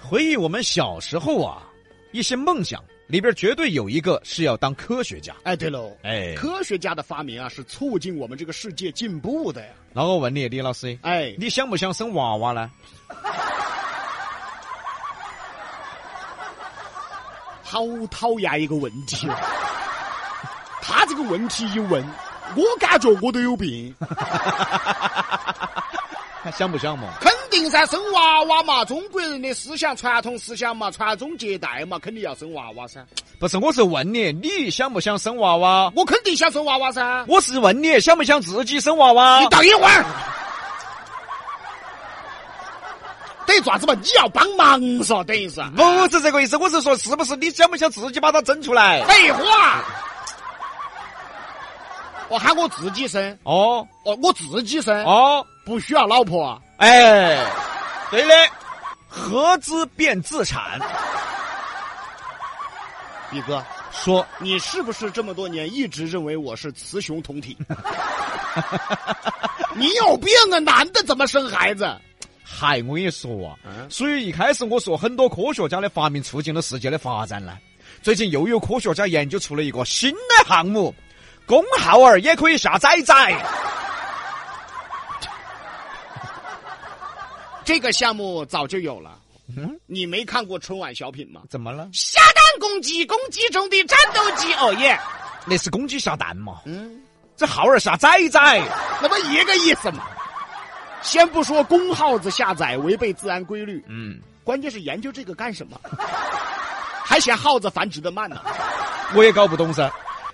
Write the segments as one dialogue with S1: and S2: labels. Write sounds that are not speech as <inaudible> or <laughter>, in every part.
S1: 回忆我们小时候啊，一些梦想里边绝对有一个是要当科学家。
S2: 哎，对喽，
S1: 哎，
S2: 科学家的发明啊，是促进我们这个世界进步的呀。
S1: 那我问你，李老师，
S2: 哎，
S1: 你想不想生娃娃呢？ <laughs>
S2: 好讨厌一个问题哦。 <laughs> 他这个问题一问，我感觉我都有病。
S1: 想不想嘛？
S2: 肯定噻，生娃娃嘛，中国人的思想传统思想嘛，传宗接代嘛，肯定要生娃娃噻。
S1: 不是，我是问你，你想不想生娃娃？
S2: 我肯定想生娃娃噻。
S1: 我是问你，想不想自己生娃娃
S2: 你？等一会儿， <laughs> 等于爪子嘛？你要帮忙嗦，等于是。
S1: 不是这个意思，我是说，是不是你想不想自己把它整出
S2: <laughs>
S1: 来？
S2: 废话，我喊我自己生，
S1: 哦
S2: 哦，我自己生，
S1: 哦，
S2: 不需要老婆啊。
S1: 哎，对的，合资变自产。
S2: 李哥，
S1: 说
S2: 你是不是这么多年一直认为我是雌雄同体？ <laughs> 你有病啊！男的怎么生孩子？
S1: 嗨，我跟你说啊，
S2: 嗯
S1: 所以一开始我说很多科学家的发明促进了世界的发展呢。最近又有科学家研究出了一个新的项目，公号儿也可以下崽崽。
S2: 这个项目早就有了。你没看过春晚小品吗？
S1: 怎么了？
S2: 下蛋公鸡，公鸡中的战斗机，哦耶！
S1: 那是公鸡下蛋嘛？
S2: 嗯，
S1: 这号儿下崽崽，
S2: 那不一个意思吗？先不说公耗子下载违背自然规律，
S1: 嗯，
S2: 关键是研究这个干什么？还嫌耗子繁殖的慢呢？
S1: 我也搞不懂噻。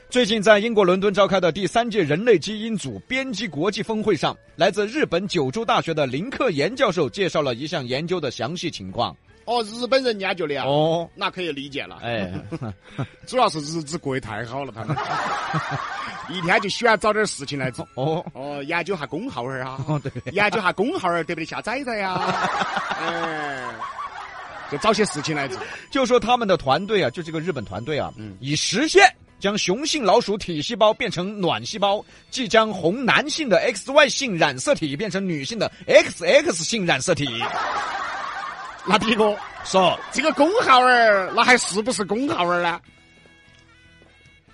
S1: 最近在英国伦敦召开的第三届人类基因组编辑国际峰会上，来自日本九州大学的林克岩教授介绍了一项研究的详细情况。
S2: 哦，日本人研究的呀，
S1: 哦，
S2: 那可以理解了。
S1: <laughs> 哎，
S2: 主要是日子过得太好了，
S1: <laughs>
S2: 他们一天就喜欢找点事情来做。
S1: 哦，
S2: 哦，研究下公耗儿啊，
S1: <laughs> 哦对，
S2: 研究下公耗儿对不对？下崽
S1: <laughs>
S2: 崽呀，哎，就找些事情来做。
S1: 就说他们的团队啊，就这个日本团队啊，
S2: 嗯
S1: 以实现将雄性老鼠体细胞变成卵细胞，即将红男性的 XY 性染色体变成女性的 XX 性染色体。
S2: 那比哥，
S1: 说
S2: 这个公耗儿，那还是不是公耗儿呢？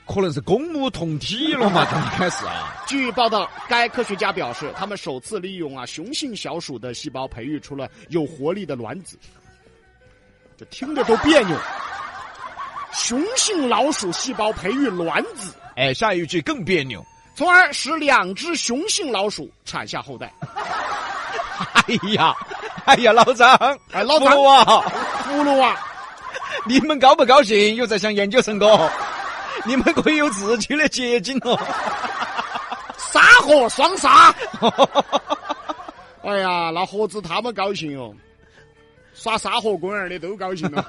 S1: 可能是公母同体了
S2: <laughs>
S1: 嘛，刚开始啊，
S2: 据报道，该科学家表示，他们首次利用啊雄性小鼠的细胞培育出了有活力的卵子，这听着都别扭。雄性老鼠细胞培育卵子，
S1: 哎，下一句更别扭。 <laughs>
S2: 从而使两只雄性老鼠产下后代。
S1: 哎呀，哎呀，老张，
S2: 哎，老张
S1: 张，啊，
S2: 葫芦娃，
S1: 你们高不高兴？又在想研究成果？ <laughs> 你们可以有自己的结晶哦。
S2: 杀火双杀。 <laughs> 哎呀，那何止他们高兴哦，耍沙河公园的都高兴了。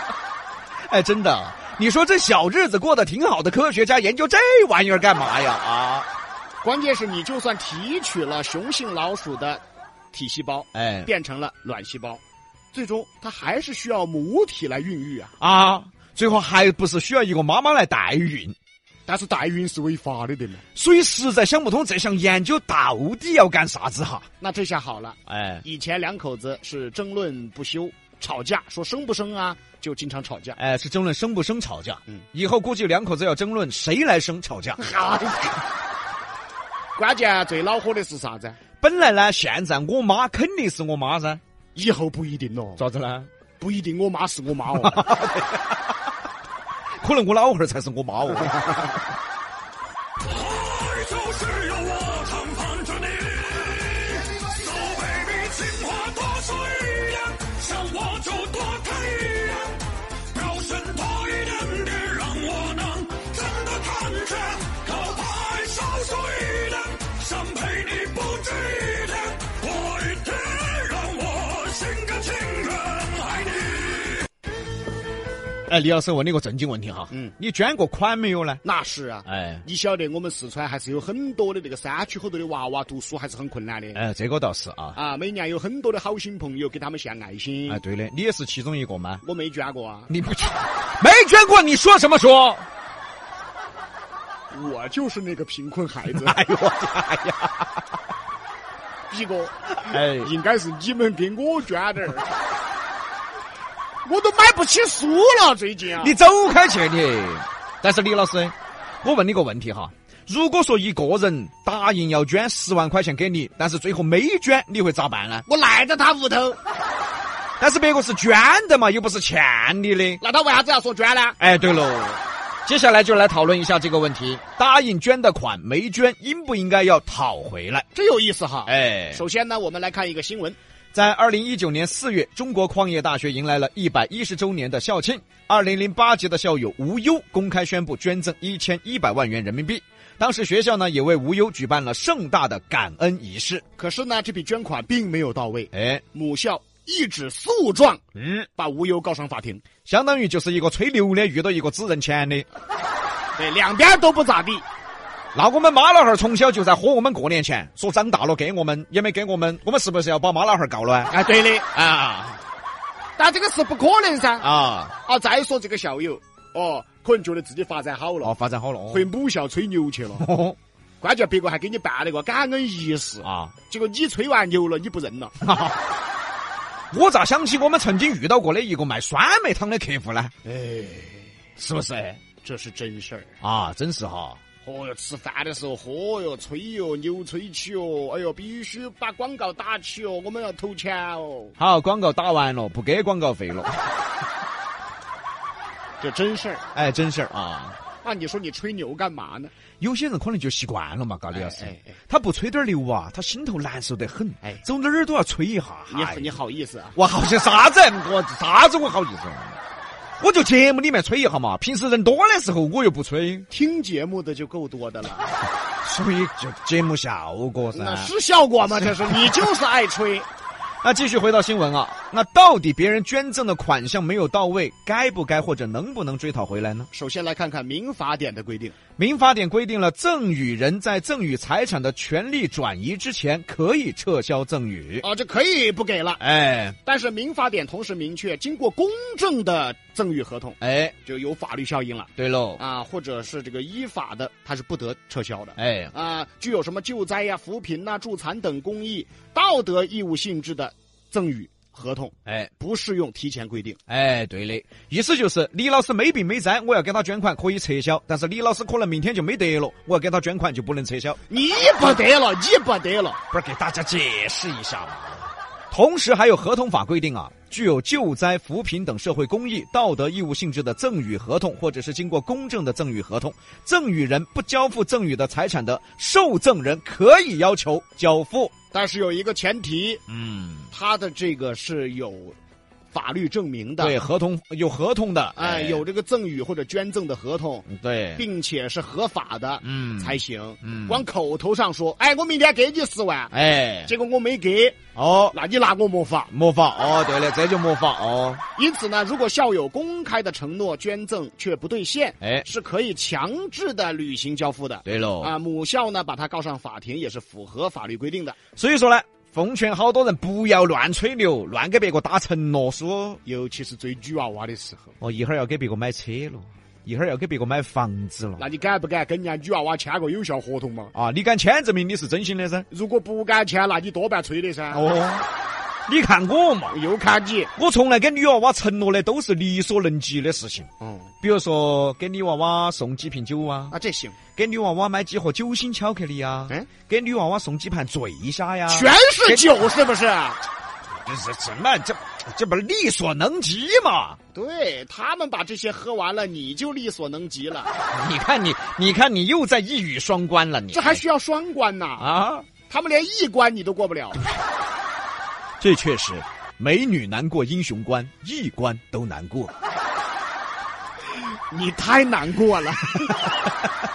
S1: <laughs> 哎，真的，你说这小日子过得挺好的，科学家研究这玩意儿干嘛呀？啊，
S2: 关键是你就算提取了雄性老鼠的体细胞，
S1: 哎
S2: 变成了卵细胞，最终它还是需要母体来孕育啊。
S1: 啊，最后还不是需要一个妈妈来代孕？
S2: 但是代孕是违法的，对吗？
S1: 所以实在想不通这项研究到底要干啥子哈？
S2: 那这下好了，
S1: 哎
S2: 以前两口子是争论不休，吵架说生不生啊，就经常吵架。 <laughs>
S1: 哎，是争论生不生吵架，
S2: 嗯
S1: 以后估计两口子要争论谁来生吵架。
S2: 好，哎关键啊最恼火的是啥子？
S1: 本来呢，现在我妈肯定是我妈噻，
S2: 以后不一定哦，
S1: 咋子呢？
S2: 不一定我妈是我妈哦。 <laughs>
S1: 可能我老汉儿才是我妈哦。
S3: 就是有我常伴着你。So baby，情话多说一点，想我就多看一眼，表现多一点点，让我能真的看见。告白少说一点，想陪你不止一天，多一点，让我心甘情愿爱你。
S1: <laughs> 哎，李老师问你个正经问题哈，
S2: 嗯
S1: 你捐过款没有呢？
S2: 那是啊，
S1: 哎
S2: 你晓得我们四川还是有很多的那个山区后头的娃娃读书还是很困难的。
S1: 哎，这个倒是啊，
S2: 啊，每年有很多的好心朋友给他们献爱心。
S1: 哎，对的，你也是其中一个吗？
S2: 我没捐过啊，
S1: 你不捐，没捐过，你说什么说？
S2: 我就是那个贫困孩 <laughs> 子。
S1: 哎呦我的哎呀！
S2: 逼哥，
S1: 哎， <laughs>
S2: 应该是你们给我捐点儿。我都买不起书了，最近啊。
S1: 你走开去你！但是李老师，我问你个问题哈，如果说一个人答应要捐十万块钱给你，但是最后没捐，你会咋办呢？
S2: 我赖到他屋头，
S1: 但是别个是捐的嘛，又不是欠你的。
S2: 那他为啥子要说捐呢？
S1: 哎，对喽，接下来就来讨论一下这个问题：答应捐的款没捐，应不应该要讨回来？
S2: 这有意思哈。
S1: 哎，
S2: 首先呢，我们来看一个新闻。
S1: 在二零一九年四月，中国矿业大学迎来了一百一十周年的校庆。二零零八级的校友吴优公开宣布捐赠一千一百万元人民币。当时学校呢也为吴优举办了盛大的感恩仪式。
S2: 可是呢，这笔捐款并没有到位，
S1: 哎，
S2: 母校一纸诉状
S1: 嗯，
S2: 把吴优告上法庭。
S1: 相当于就是一个吹牛的遇到一个指认钱的。
S2: 对，两边都不咋地。
S1: 那我们妈老汉儿从小就在喝我们过年钱，说长大了给我们，也没给我们，我们是不是要把妈老汉儿告了？
S2: 哎，对的，
S1: 啊
S2: 但这个是不可能噻。
S1: 啊！
S2: 啊，再说这个校友，哦，可能觉得自己发展好了，
S1: 哦，发展好了哦
S2: 回母校吹牛去了。
S1: 哦
S2: 关键别个还给你办了个感恩仪式，
S1: <laughs> 啊！
S2: 结果你吹完牛了，你不认了。
S1: 我咋想起我们曾经遇到过的一个卖酸梅汤的客户呢？
S2: 哎，
S1: 是不是？
S2: 这是真事儿。
S1: 啊，真是哈！
S2: 哦哟，吃饭的时候喝哟，吹哟，牛吹起哦，哎哟，必须把广告打起哦，我们要投钱哦。
S1: 好，广告打完了，不给广告费了。
S2: 这真事儿
S1: <laughs> 哎，真事儿啊！
S2: 那你说你吹牛干嘛呢？
S1: 有些人可能就习惯了嘛，嘎李老师
S2: 哎哎哎，
S1: 他不吹点儿牛啊，他心头难受得很。
S2: 哎
S1: 走哪儿都要吹一下。哎
S2: 你你好意思啊？
S1: 我好些啥子？我啥子？我好意思？我就节目里面吹一下嘛，平时人多的时候我又不吹，
S2: 听节目的就够多的了，
S1: 所以就节目效果噻。
S2: <laughs> 那是效果 <laughs> 吗？这是你就是爱吹。
S1: 那继续回到新闻啊，那到底别人捐赠的款项没有到位，该不该或者能不能追讨回来呢？
S2: 首先来看看《民法典》的规定，
S1: 民法典规定了赠与人在赠与财产的权利转移之前可以撤销赠与。
S2: 啊，这可以不给了。
S1: 哎
S2: 但是《民法典》同时明确，经过公证的赠与合同
S1: 哎，
S2: 就有法律效应了
S1: 对喽，
S2: 啊，或者是这个依法的，它是不得撤销的。
S1: 哎
S2: 啊，具有什么救灾呀、扶贫呐、助残等公益、道德义务性质的赠与合同，
S1: 哎
S2: 不适用提前规定。
S1: 哎，对的，意思就是李老师没病没灾，我要给他捐款可以撤销，但是李老师可能明天就没得了，我要给他捐款就不能撤销。
S2: 你不得了，你不得了。
S1: 不是给大家解释一下嘛。同时，还有合同法规定啊，具有救灾、扶贫等社会公益、道德义务性质的赠与合同，或者是经过公证的赠与合同，赠与人不交付赠与的财产的，受赠人可以要求交付。
S2: 但是有一个前提，
S1: 嗯，
S2: 他的这个是有法律证明的，
S1: 对，，合同有合同的，
S2: 哎，有这个赠与或者捐赠的合同，
S1: 对，
S2: 并且是合法的，
S1: 嗯
S2: 才行。
S1: 嗯
S2: 光口头上说，哎，我明天给你十万，
S1: 哎，
S2: 结果我没给，
S1: 哦，
S2: 那你拿我没法。
S1: 模仿哦，对了，这就模仿哦，
S2: 因此呢，如果校友公开的承诺捐赠却不兑现，
S1: 哎，
S2: 是可以强制的履行交付的。
S1: 对哦喽
S2: 啊，母校呢把他告上法庭也是符合法律规定的。
S1: 所以说呢，奉劝好多人不要乱吹牛，乱给别个打承诺书。
S2: 尤其是追女娃娃的时候，
S1: 哦，一会儿要给别个买车了，一会儿要给别个买房子了。
S2: 那你敢不敢跟人家女娃娃签个有效合同嘛？
S1: 啊，你敢签证明你是真心的噻？
S2: 如果不敢签，那你多半吹的噻。
S1: 哦，你看我嘛，
S2: 又看你，
S1: 我从来跟女娃娃承诺的都是力所能及的事情，
S2: 嗯，
S1: 比如说给女娃娃送几瓶酒啊，
S2: 那这行，
S1: 给女娃娃买几盒酒心巧克力啊，
S2: 嗯
S1: 给女娃娃送几盘醉虾呀。
S2: 全是酒是不是？
S1: 哎这是什么？这这不力所能及嘛？
S2: 对他们把这些喝完了，你就力所能及了，
S1: 你看你，你看你又在一语双关了，你
S2: 这还需要双关呐？
S1: 啊？
S2: 他们连一关你都过不了。
S1: 这确实，美女难过英雄关，一关都难过。
S2: 你太难过了。
S3: 啊